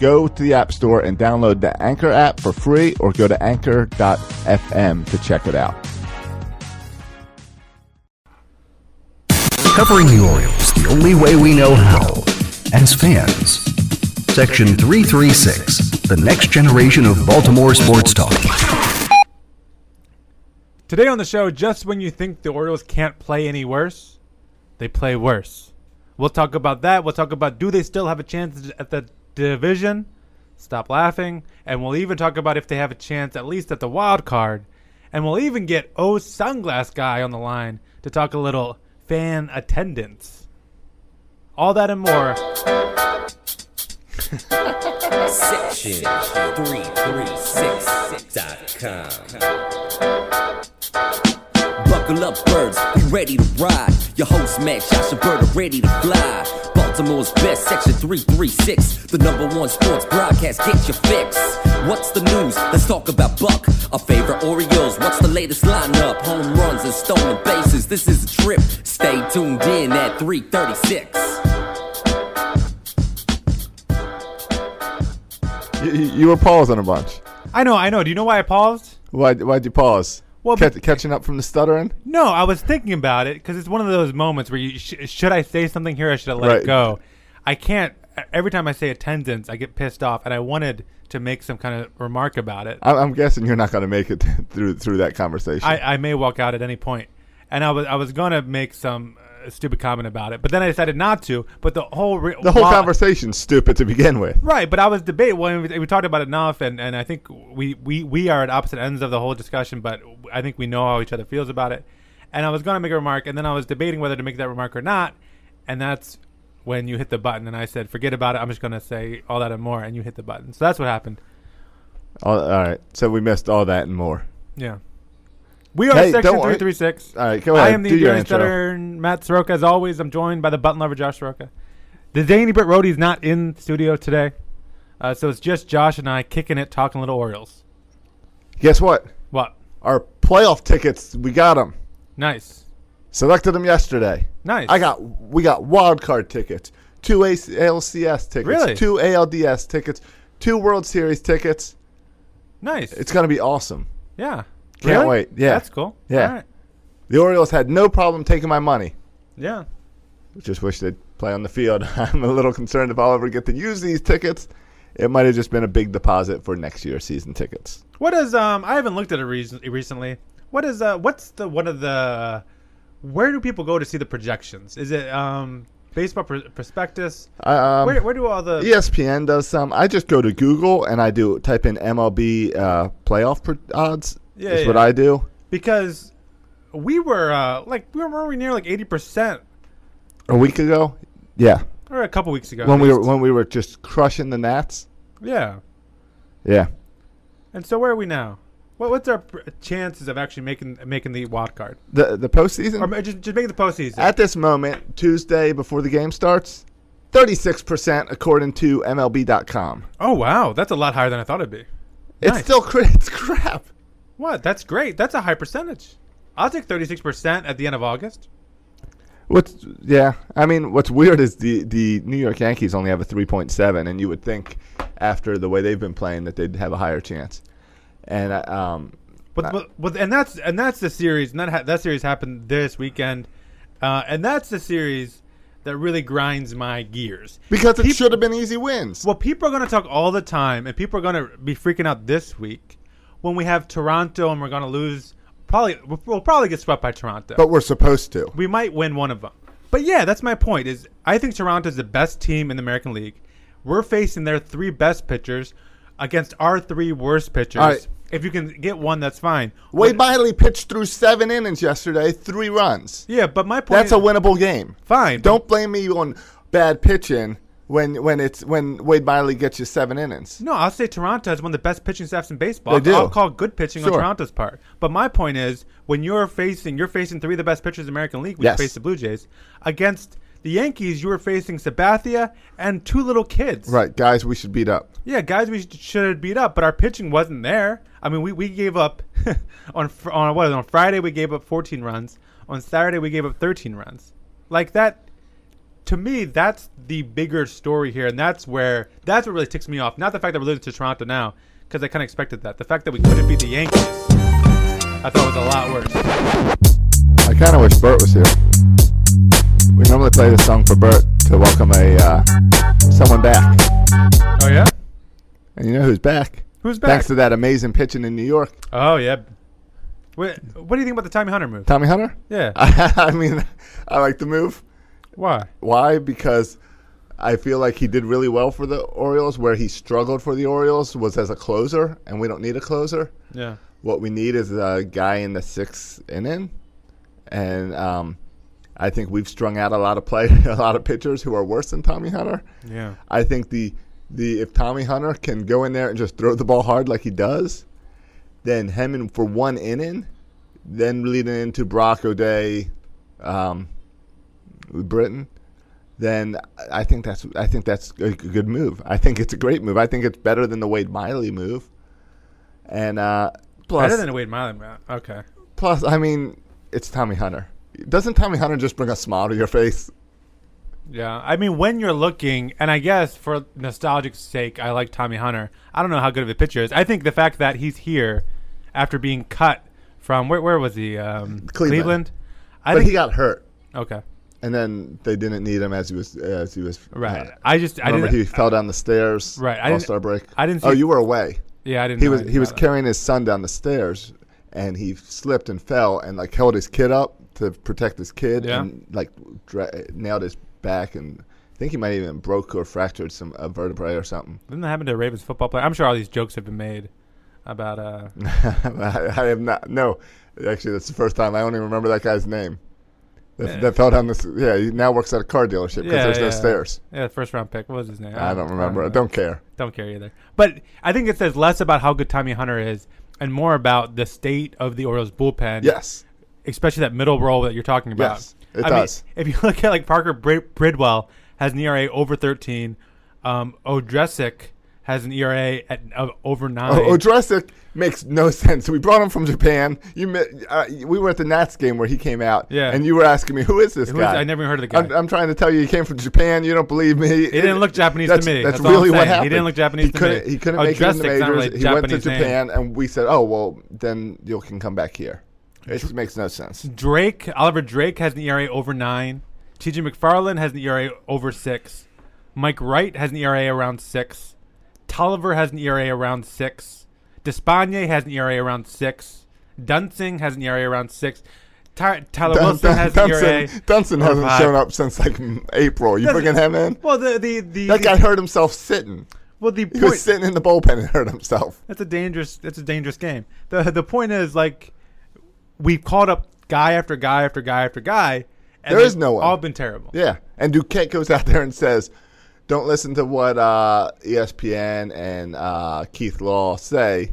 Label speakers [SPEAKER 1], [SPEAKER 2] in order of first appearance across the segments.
[SPEAKER 1] Go to the App Store and download the Anchor app for free or go to anchor.fm to check it out.
[SPEAKER 2] Covering the Orioles the only way we know how, as fans. Section 336, the next generation of Baltimore sports talk.
[SPEAKER 3] Today on the show, just when you think the Orioles can't play any worse, they play worse. We'll talk about that. We'll talk about do they still have a chance at the division? Stop laughing. And we'll even talk about if they have a chance at least at the wild card. And we'll even get O Sunglass Guy on the line to talk a little fan attendance. All that and more.
[SPEAKER 4] Section 336.com. Buckle up, birds, be ready to ride. Your host, Max Shashabird, ready to fly. Baltimore's best, Section 336. The number one sports broadcast, get your fix. What's the news? Let's talk about Buck. Our favorite Orioles, what's the latest lineup? Home runs and stolen bases, this is a trip. Stay tuned in at 336.
[SPEAKER 1] You, you- you were pausing a bunch.
[SPEAKER 3] I know, I know. Do you know why I paused?
[SPEAKER 1] Why, why'd you pause?
[SPEAKER 3] Well,
[SPEAKER 1] Catch-
[SPEAKER 3] be-
[SPEAKER 1] catching up from the stuttering?
[SPEAKER 3] No, I was thinking about it because it's one of those moments where you sh- should I say something here? Or should I let
[SPEAKER 1] Right.
[SPEAKER 3] it go? I can't. e, Every time I say attendance, I get pissed off, and I wanted to make some kind of remark about it.
[SPEAKER 1] I- I'm guessing you're not going to make it through through that conversation.
[SPEAKER 3] I, I may walk out at any point, and I was I was gonna make some uh, stupid comment about it, but then I decided not to. But the whole re-
[SPEAKER 1] the whole
[SPEAKER 3] why-
[SPEAKER 1] conversation's stupid to begin with.
[SPEAKER 3] Right, but I was debate. Well, we, we talked about it enough, and, and I think we, we, we are at opposite ends of the whole discussion. But I think we know how each other feels about it. And I was going to make a remark, and then I was debating whether to make that remark or not. And that's when you hit the button, and I said, "Forget about it. I'm just going to say all that and more." And you hit the button, so that's what happened.
[SPEAKER 1] All, all right, so we missed all that and more.
[SPEAKER 3] Yeah, we are
[SPEAKER 1] Hey,
[SPEAKER 3] section
[SPEAKER 1] don't worry.
[SPEAKER 3] three three six.
[SPEAKER 1] All right, go ahead.
[SPEAKER 3] I am the
[SPEAKER 1] Do your
[SPEAKER 3] Endurance
[SPEAKER 1] intro.
[SPEAKER 3] veteran Matt Soroka. As always, I'm joined by the button lover Josh Soroka. The Zany Britt Roadie is not in studio today, uh, so it's just Josh and I kicking it, talking little Orioles.
[SPEAKER 1] Guess what?
[SPEAKER 3] What?
[SPEAKER 1] Our playoff tickets, we got them.
[SPEAKER 3] Nice,
[SPEAKER 1] Selected them yesterday.
[SPEAKER 3] nice.
[SPEAKER 1] I got we got wild card tickets, two ALCS tickets,
[SPEAKER 3] Really?
[SPEAKER 1] two ALDS tickets, two World Series tickets.
[SPEAKER 3] nice.
[SPEAKER 1] It's gonna be awesome.
[SPEAKER 3] yeah.
[SPEAKER 1] Can't
[SPEAKER 3] Really?
[SPEAKER 1] wait. Yeah.
[SPEAKER 3] that's cool.
[SPEAKER 1] Yeah.
[SPEAKER 3] All right.
[SPEAKER 1] The Orioles had no problem taking my money.
[SPEAKER 3] yeah.
[SPEAKER 1] Just wish they'd play on the field. I'm a little concerned if I'll ever get to use these tickets. It might have just been a big deposit for next year's season tickets.
[SPEAKER 3] What is um? I haven't looked at it reason- recently. What is uh? What's the one of the? Where do people go to see the projections? Is it um? Baseball pr- prospectus.
[SPEAKER 1] Um,
[SPEAKER 3] where, where do all the?
[SPEAKER 1] ESPN does some. I just go to Google and I do type in MLB uh, playoff pro- odds.
[SPEAKER 3] Yeah,
[SPEAKER 1] is what
[SPEAKER 3] yeah.
[SPEAKER 1] I do.
[SPEAKER 3] because we were uh, like we were already near like eighty percent
[SPEAKER 1] A week ago, yeah,
[SPEAKER 3] or a couple weeks ago.
[SPEAKER 1] when
[SPEAKER 3] at
[SPEAKER 1] we were
[SPEAKER 3] least.
[SPEAKER 1] when we were just crushing the Nats.
[SPEAKER 3] yeah,
[SPEAKER 1] Yeah,
[SPEAKER 3] and so where are we now? What, what's our pr- chances of actually making making the wild card
[SPEAKER 1] the the
[SPEAKER 3] or
[SPEAKER 1] postseason
[SPEAKER 3] ma- just just making the postseason?
[SPEAKER 1] at this moment, Tuesday before the game starts, thirty six percent according to MLB.com.
[SPEAKER 3] oh wow, that's a lot higher than I thought it'd be.
[SPEAKER 1] It's
[SPEAKER 3] Nice.
[SPEAKER 1] still cra- it's crap.
[SPEAKER 3] What? That's great. That's a high percentage. I'll take thirty six percent at the end of August.
[SPEAKER 1] What's yeah? I mean, what's weird is the the New York Yankees only have a three point seven, and you would think after the way they've been playing that they'd have a higher chance. And I, um,
[SPEAKER 3] But, but, but and that's and that's the series. And that ha- that series happened this weekend, uh, and that's the series that really grinds my gears.
[SPEAKER 1] because it
[SPEAKER 3] Peop-
[SPEAKER 1] should have been easy wins.
[SPEAKER 3] Well, people are going to talk all the time, and people are going to be freaking out this week when we have Toronto, and we're going to lose. Probably, we'll- we'll probably get swept by Toronto.
[SPEAKER 1] but we're supposed to.
[SPEAKER 3] we might win one of them. But yeah, that's my point. Is I think Toronto's the best team in the American League. We're facing their three best pitchers against our three worst pitchers.
[SPEAKER 1] All right.
[SPEAKER 3] If you can get one, that's fine.
[SPEAKER 1] Wade
[SPEAKER 3] But-
[SPEAKER 1] Miley pitched through seven innings yesterday, three runs.
[SPEAKER 3] yeah, but my point.
[SPEAKER 1] That's a
[SPEAKER 3] is-
[SPEAKER 1] winnable game.
[SPEAKER 3] Fine.
[SPEAKER 1] Don't blame me on bad pitching when when it's when Wade Miley gets you seven innings.
[SPEAKER 3] No, I'll say Toronto has one of the best pitching staffs in baseball.
[SPEAKER 1] They
[SPEAKER 3] I'll-
[SPEAKER 1] do.
[SPEAKER 3] I'll call good pitching on
[SPEAKER 1] Sure.
[SPEAKER 3] Toronto's part. But my point is, when you're facing, you're facing three of the best pitchers in the American League. We
[SPEAKER 1] Yes.
[SPEAKER 3] faced the Blue Jays against the Yankees. You were facing Sabathia and two little kids.
[SPEAKER 1] Right, guys, we should beat up.
[SPEAKER 3] Yeah, guys, we sh- should have beat up, but our pitching wasn't there. I mean, we, we gave up on fr- on what on Friday we gave up 14 runs. On Saturday we gave up 13 runs. Like that, to me, that's the bigger story here, and that's where that's what really ticks me off. Not the fact that we're losing to Toronto now, because I kind of expected that. The fact that we couldn't beat the Yankees, I thought was a lot worse.
[SPEAKER 1] I kind of wish Bert was here. We normally play this song for Bert to welcome a uh, someone back,
[SPEAKER 3] Oh yeah,
[SPEAKER 1] and you know who's back?
[SPEAKER 3] Who's back?
[SPEAKER 1] Thanks to that amazing pitching in New York,
[SPEAKER 3] oh yeah. What, what do you think about the Tommy Hunter move?
[SPEAKER 1] Tommy Hunter.
[SPEAKER 3] Yeah,
[SPEAKER 1] I mean, I like the move.
[SPEAKER 3] why?
[SPEAKER 1] Why? Because I feel like he did really well for the Orioles. Where he struggled for the Orioles was as a closer, and we don't need a closer.
[SPEAKER 3] Yeah,
[SPEAKER 1] What we need is a guy in the sixth inning, and um, I think we've strung out a lot of play, a lot of pitchers who are worse than Tommy Hunter.
[SPEAKER 3] yeah.
[SPEAKER 1] I think the the if Tommy Hunter can go in there and just throw the ball hard like he does, then him in for one inning, then leading into Brock O'Day, um, Britain, then I think that's I think that's a g- good move. I think it's a great move. I think it's better than the Wade Miley move, and uh, plus
[SPEAKER 3] Better than a Wade Miley. man. Okay.
[SPEAKER 1] plus I mean it's Tommy Hunter. Doesn't Tommy Hunter just bring a smile to your face?
[SPEAKER 3] Yeah, I mean, when you're looking, and I guess for nostalgic sake, I like Tommy Hunter. I don't know how good of a pitcher he is. I think the fact that he's here after being cut from where where was he? Um,
[SPEAKER 1] Cleveland.
[SPEAKER 3] I
[SPEAKER 1] But
[SPEAKER 3] think
[SPEAKER 1] he got hurt.
[SPEAKER 3] okay.
[SPEAKER 1] and then they didn't need him as he was as he was
[SPEAKER 3] Right.
[SPEAKER 1] uh,
[SPEAKER 3] I just I
[SPEAKER 1] remember
[SPEAKER 3] didn't.
[SPEAKER 1] he fell down the stairs.
[SPEAKER 3] Right, I didn't-
[SPEAKER 1] All Star break.
[SPEAKER 3] I didn't
[SPEAKER 1] oh,
[SPEAKER 3] see-
[SPEAKER 1] you were away.
[SPEAKER 3] yeah, I didn't.
[SPEAKER 1] He
[SPEAKER 3] know
[SPEAKER 1] was
[SPEAKER 3] anything
[SPEAKER 1] he was
[SPEAKER 3] about
[SPEAKER 1] carrying his son down the stairs, and he slipped and fell and like held his kid up to protect his kid
[SPEAKER 3] Yeah.
[SPEAKER 1] and like dra- nailed his back and I think he might even broke or fractured some a vertebrae or something.
[SPEAKER 3] that. Didn't that happen to a Ravens football player? I'm sure all these jokes have been made about uh.
[SPEAKER 1] I, I have not. No, actually, that's the first time I only remember that guy's name. That, that fell down this. Yeah, he now works at a car dealership because
[SPEAKER 3] Yeah,
[SPEAKER 1] there's
[SPEAKER 3] yeah.
[SPEAKER 1] no stairs.
[SPEAKER 3] Yeah, first round pick. What was his name?
[SPEAKER 1] I don't remember. I
[SPEAKER 3] know.
[SPEAKER 1] don't care.
[SPEAKER 3] Don't care either. But I think it says less about how good Tommy Hunter is and more about the state of the Orioles bullpen.
[SPEAKER 1] Yes.
[SPEAKER 3] especially that middle role that you're talking about.
[SPEAKER 1] Yes, it
[SPEAKER 3] I
[SPEAKER 1] does.
[SPEAKER 3] Mean, if you look at like Parker Brid- Bridwell has an ERA over 13, um, Odresic has an ERA at of over nine.
[SPEAKER 1] Oh, Odresic makes no sense. We brought him from Japan. You, mi- uh, we were at the Nats game where he came out,
[SPEAKER 3] Yeah.
[SPEAKER 1] and you were asking me, "Who is this
[SPEAKER 3] Who is-
[SPEAKER 1] guy?"
[SPEAKER 3] I never heard of the guy.
[SPEAKER 1] I'm, I'm trying to tell you, he came from Japan. You don't believe me? He
[SPEAKER 3] didn't look Japanese to
[SPEAKER 1] that's,
[SPEAKER 3] me.
[SPEAKER 1] That's,
[SPEAKER 3] That's all
[SPEAKER 1] really
[SPEAKER 3] I'm
[SPEAKER 1] what
[SPEAKER 3] saying. He
[SPEAKER 1] happened.
[SPEAKER 3] didn't look Japanese
[SPEAKER 1] He
[SPEAKER 3] to me. Oh,
[SPEAKER 1] couldn't. He couldn't make it in the
[SPEAKER 3] Odresic's not
[SPEAKER 1] majors. he
[SPEAKER 3] really
[SPEAKER 1] went to
[SPEAKER 3] Japanese name.
[SPEAKER 1] Japan, and we said, "Oh well, then you can come back here." It just makes no sense.
[SPEAKER 3] Drake, Oliver Drake has an ERA over nine. TJ McFarland has an ERA over six. Mike Wright has an ERA around six. Tolliver has an ERA around six. Despagne has an ERA around six. Dunsing has an ERA around six. Ty- Tyler
[SPEAKER 1] Dun-
[SPEAKER 3] Wilson
[SPEAKER 1] Dun-
[SPEAKER 3] has an E ERA.
[SPEAKER 1] Dunson, Dunson
[SPEAKER 3] over
[SPEAKER 1] hasn't
[SPEAKER 3] five.
[SPEAKER 1] shown up since like April. You
[SPEAKER 3] Doesn't-
[SPEAKER 1] bringing him in?
[SPEAKER 3] Well, the the, the,
[SPEAKER 1] That guy hurt himself sitting.
[SPEAKER 3] well the
[SPEAKER 1] He was
[SPEAKER 3] point,
[SPEAKER 1] sitting in the bullpen and hurt himself.
[SPEAKER 3] that's a dangerous that's a dangerous game. The the point is like we've called up guy after guy after guy after guy. And
[SPEAKER 1] There is
[SPEAKER 3] they've
[SPEAKER 1] no one.
[SPEAKER 3] All been terrible.
[SPEAKER 1] Yeah, and Duquette goes out there and says, "Don't listen to what uh, ESPN and uh, Keith Law say.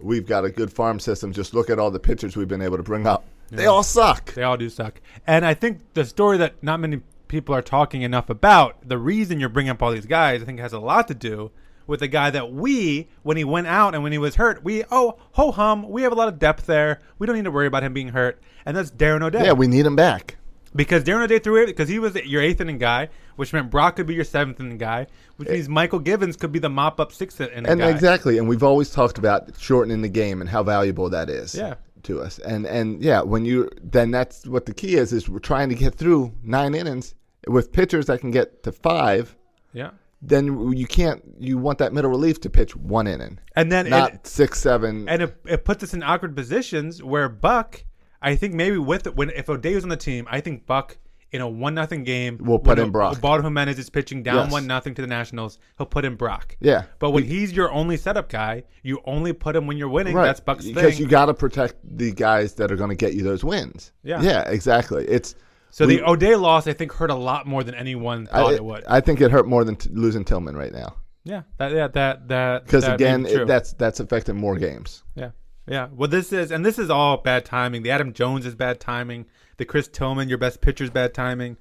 [SPEAKER 1] We've got a good farm system. Just look at all the pitchers we've been able to bring up. They all suck."
[SPEAKER 3] They all do suck. And I think the story that not many people are talking enough about, the reason you're bringing up all these guys, I think has a lot to do with the guy that we, when he went out and when he was hurt, we, oh, ho hum, we have a lot of depth there. We don't need to worry about him being hurt. And that's Darren O'Day.
[SPEAKER 1] yeah, we need them back.
[SPEAKER 3] because Darren O'Day threw it because he was your eighth inning guy, which meant Brock could be your seventh inning guy, which means Michael Givens could be the mop up sixth inning
[SPEAKER 1] Eh. And
[SPEAKER 3] guy.
[SPEAKER 1] exactly, and we've always talked about shortening the game and how valuable that is
[SPEAKER 3] Yeah.
[SPEAKER 1] to us. And and yeah, when you then that's what the key is is we're trying to get through nine innings with pitchers that can get to five.
[SPEAKER 3] Yeah.
[SPEAKER 1] Then you can't. You want that middle relief to pitch one inning,
[SPEAKER 3] And then
[SPEAKER 1] not
[SPEAKER 3] and-
[SPEAKER 1] six, seven,
[SPEAKER 3] and it, it puts us in awkward positions where Buck, I think maybe with when if O'Day was on the team, I think Buck in a one nothing game
[SPEAKER 1] Will put
[SPEAKER 3] when
[SPEAKER 1] in Brock.
[SPEAKER 3] Baldo Jimenez is pitching down
[SPEAKER 1] Yes.
[SPEAKER 3] one nothing to the Nationals. He'll put in Brock.
[SPEAKER 1] Yeah.
[SPEAKER 3] but when he's your only setup guy, you only put him when you're winning. That's Buck's
[SPEAKER 1] because
[SPEAKER 3] thing.
[SPEAKER 1] you got to protect the guys that are going to get you those wins.
[SPEAKER 3] Yeah.
[SPEAKER 1] yeah, exactly. It's
[SPEAKER 3] So
[SPEAKER 1] We-
[SPEAKER 3] the O'Day loss, I think, hurt a lot more than anyone thought
[SPEAKER 1] I,
[SPEAKER 3] it would.
[SPEAKER 1] I think it hurt more than t- losing Tillman right now
[SPEAKER 3] yeah, that, yeah, that, that.
[SPEAKER 1] because
[SPEAKER 3] that may
[SPEAKER 1] again,
[SPEAKER 3] be
[SPEAKER 1] it,
[SPEAKER 3] true.
[SPEAKER 1] that's that's affected more games.
[SPEAKER 3] Yeah. Yeah. Well, this is, and this is all bad timing. The Adam Jones is bad timing. The Chris Tillman, your best pitcher, is bad timing.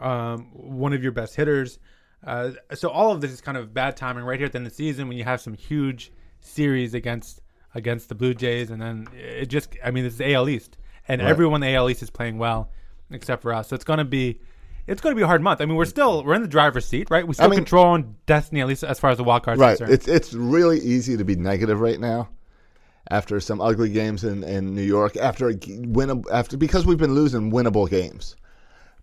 [SPEAKER 3] Um, one of your best hitters. Uh, so all of this is kind of bad timing right here at the end of the season when you have some huge series against against the Blue Jays, and then it just, I mean, this is AL East, and
[SPEAKER 1] Right.
[SPEAKER 3] everyone in the AL East is playing well except for us. So it's gonna be. It's going to be a hard month. I mean, we're still we're in the driver's seat, right? We still
[SPEAKER 1] mean-
[SPEAKER 3] control on destiny, at least as far as the wild card
[SPEAKER 1] Right.
[SPEAKER 3] concerned.
[SPEAKER 1] It's it's really easy to be negative right now after some ugly games in, in New York after a g- win after because we've been losing winnable games.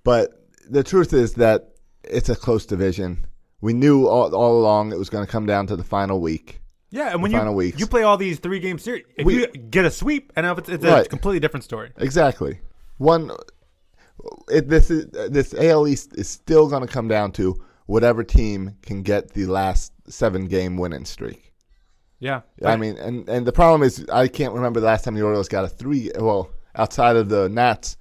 [SPEAKER 1] But the truth is that it's a close division. We knew all, all along it was going to come down to the final week.
[SPEAKER 3] Yeah, and when
[SPEAKER 1] final
[SPEAKER 3] you
[SPEAKER 1] weeks.
[SPEAKER 3] you play all these three game series, if
[SPEAKER 1] We-
[SPEAKER 3] you get a sweep, and if it's, it's
[SPEAKER 1] Right.
[SPEAKER 3] a completely different story.
[SPEAKER 1] Exactly. One it, this is this AL East is still going to come down to whatever team can get the last 7 game winning streak.
[SPEAKER 3] Yeah,
[SPEAKER 1] I mean, and, and the problem is I can't remember the last time the Orioles got a three. Well, outside of the Nats,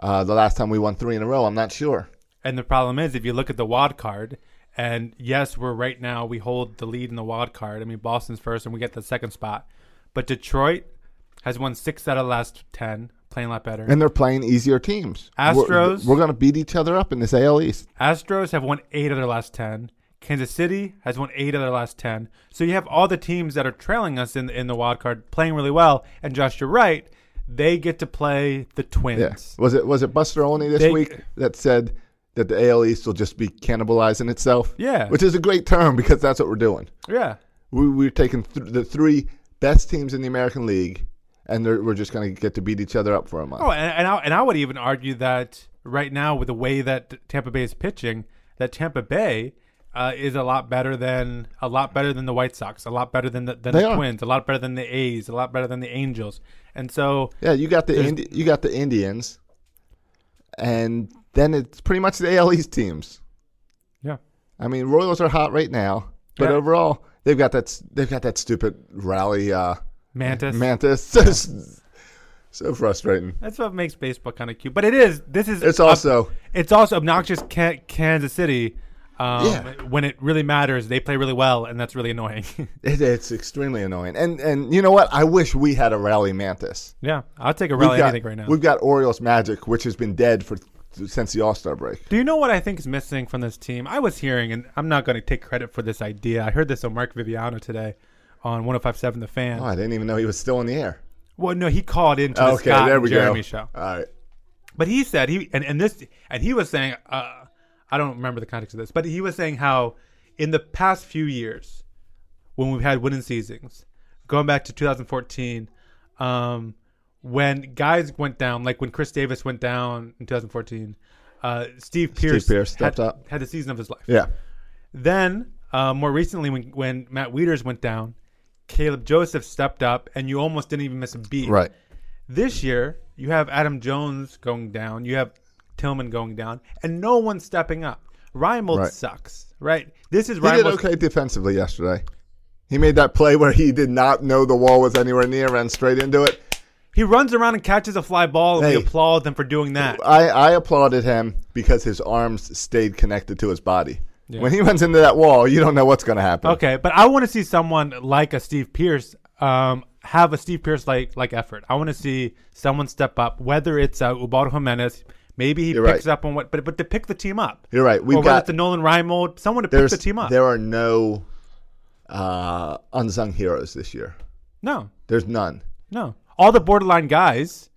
[SPEAKER 1] uh, the last time we won three in a row, I'm not sure.
[SPEAKER 3] and the problem is if you look at the wild card, and yes, we're right now we hold the lead in the wild card. I mean, Boston's first, and we get the second spot, but Detroit has won six out of the last ten, playing a lot better.
[SPEAKER 1] And they're playing easier teams. We're-
[SPEAKER 3] Astros?
[SPEAKER 1] We're, going to beat each other up in this AL East.
[SPEAKER 3] Astros have won eight of their last ten. Kansas City has won eight of their last ten. So you have all the teams that are trailing us in in the wild card playing really well. And Josh, you're right; they get to play the Twins.
[SPEAKER 1] Yeah. Was it was it Buster Olney this
[SPEAKER 3] They-
[SPEAKER 1] week that said that the AL East will just be cannibalizing itself?
[SPEAKER 3] Yeah.
[SPEAKER 1] Which is a great term because that's what we're doing.
[SPEAKER 3] Yeah.
[SPEAKER 1] We, we're taking th- the three best teams in the American League, and they're, we're just going to get to beat each other up for a month.
[SPEAKER 3] Oh, and, and I and I would even argue that right now with the way that Tampa Bay is pitching, that Tampa Bay uh, is a lot better than a lot better than the White Sox, a lot better than the, than
[SPEAKER 1] They
[SPEAKER 3] the
[SPEAKER 1] are.
[SPEAKER 3] Twins, a lot better than the A's, a lot better than the Angels, and so
[SPEAKER 1] Yeah, you got the Indi- you got the Indians, and then it's pretty much the AL East teams.
[SPEAKER 3] yeah,
[SPEAKER 1] I mean, Royals are hot right now, but
[SPEAKER 3] Yeah.
[SPEAKER 1] overall they've got that s- they've got that stupid rally uh,
[SPEAKER 3] Mantis.
[SPEAKER 1] mantis. So, so frustrating.
[SPEAKER 3] That's what makes baseball kind of cute, but it is. This is.
[SPEAKER 1] It's also-
[SPEAKER 3] it's also obnoxious. Ca- Kansas City, um,
[SPEAKER 1] Yeah.
[SPEAKER 3] when it really matters, they play really well, and that's really annoying.
[SPEAKER 1] It, it's extremely annoying. And and you know what? I wish we had a rally mantis.
[SPEAKER 3] yeah, I'll take a rally
[SPEAKER 1] got,
[SPEAKER 3] anything right now.
[SPEAKER 1] We've got Orioles Magic, which has been dead for since the All Star break.
[SPEAKER 3] Do you know what I think is missing from this team? I was hearing, and I'm not going to take credit for this idea. I heard this on Mark Viviano today on 105.7 The Fan.
[SPEAKER 1] Oh, I didn't even know he was still in the air.
[SPEAKER 3] Well, no, he called into the
[SPEAKER 1] Okay,
[SPEAKER 3] Scott
[SPEAKER 1] there
[SPEAKER 3] and
[SPEAKER 1] we
[SPEAKER 3] Jeremy
[SPEAKER 1] go.
[SPEAKER 3] show,
[SPEAKER 1] All right.
[SPEAKER 3] but he said he and, and this and he was saying uh, I don't remember the context of this, but he was saying how in the past few years when we've had winning seasons, going back to 2014, um, when guys went down, like when Chris Davis went down in 2014, uh, Steve Pierce,
[SPEAKER 1] Pierce stepped
[SPEAKER 3] had,
[SPEAKER 1] up.
[SPEAKER 3] had the season of his life.
[SPEAKER 1] Yeah.
[SPEAKER 3] Then, uh, more recently, when when Matt Wieters went down, Caleb Joseph stepped up, and you almost didn't even miss a beat.
[SPEAKER 1] Right.
[SPEAKER 3] This year, you have Adam Jones going down, you have Tillman going down, and no one stepping up. Reimold
[SPEAKER 1] Right.
[SPEAKER 3] sucks, right? This is
[SPEAKER 1] He did
[SPEAKER 3] Reimold's
[SPEAKER 1] okay defensively yesterday. He made that play where he did not know the wall was anywhere near, ran straight into it.
[SPEAKER 3] He runs around and catches a fly ball, and
[SPEAKER 1] Hey.
[SPEAKER 3] we applaud them for doing that.
[SPEAKER 1] I, I applauded him because his arms stayed connected to his body. When he runs into that wall, you don't know what's going to happen.
[SPEAKER 3] Okay, but I want to see someone like a Steve Pierce um, have a Steve Pierce like like effort. I want to see someone step up, whether it's uh, Ubaldo Jimenez. Maybe he
[SPEAKER 1] You're
[SPEAKER 3] picks
[SPEAKER 1] right.
[SPEAKER 3] up on what, but but to pick the team up.
[SPEAKER 1] You're right. We've
[SPEAKER 3] or whether
[SPEAKER 1] got-
[SPEAKER 3] it's a Nolan Reinbold, someone to pick
[SPEAKER 1] There's,
[SPEAKER 3] the team up.
[SPEAKER 1] There are no uh, unsung heroes this year.
[SPEAKER 3] no,
[SPEAKER 1] There's none.
[SPEAKER 3] no. All the borderline guys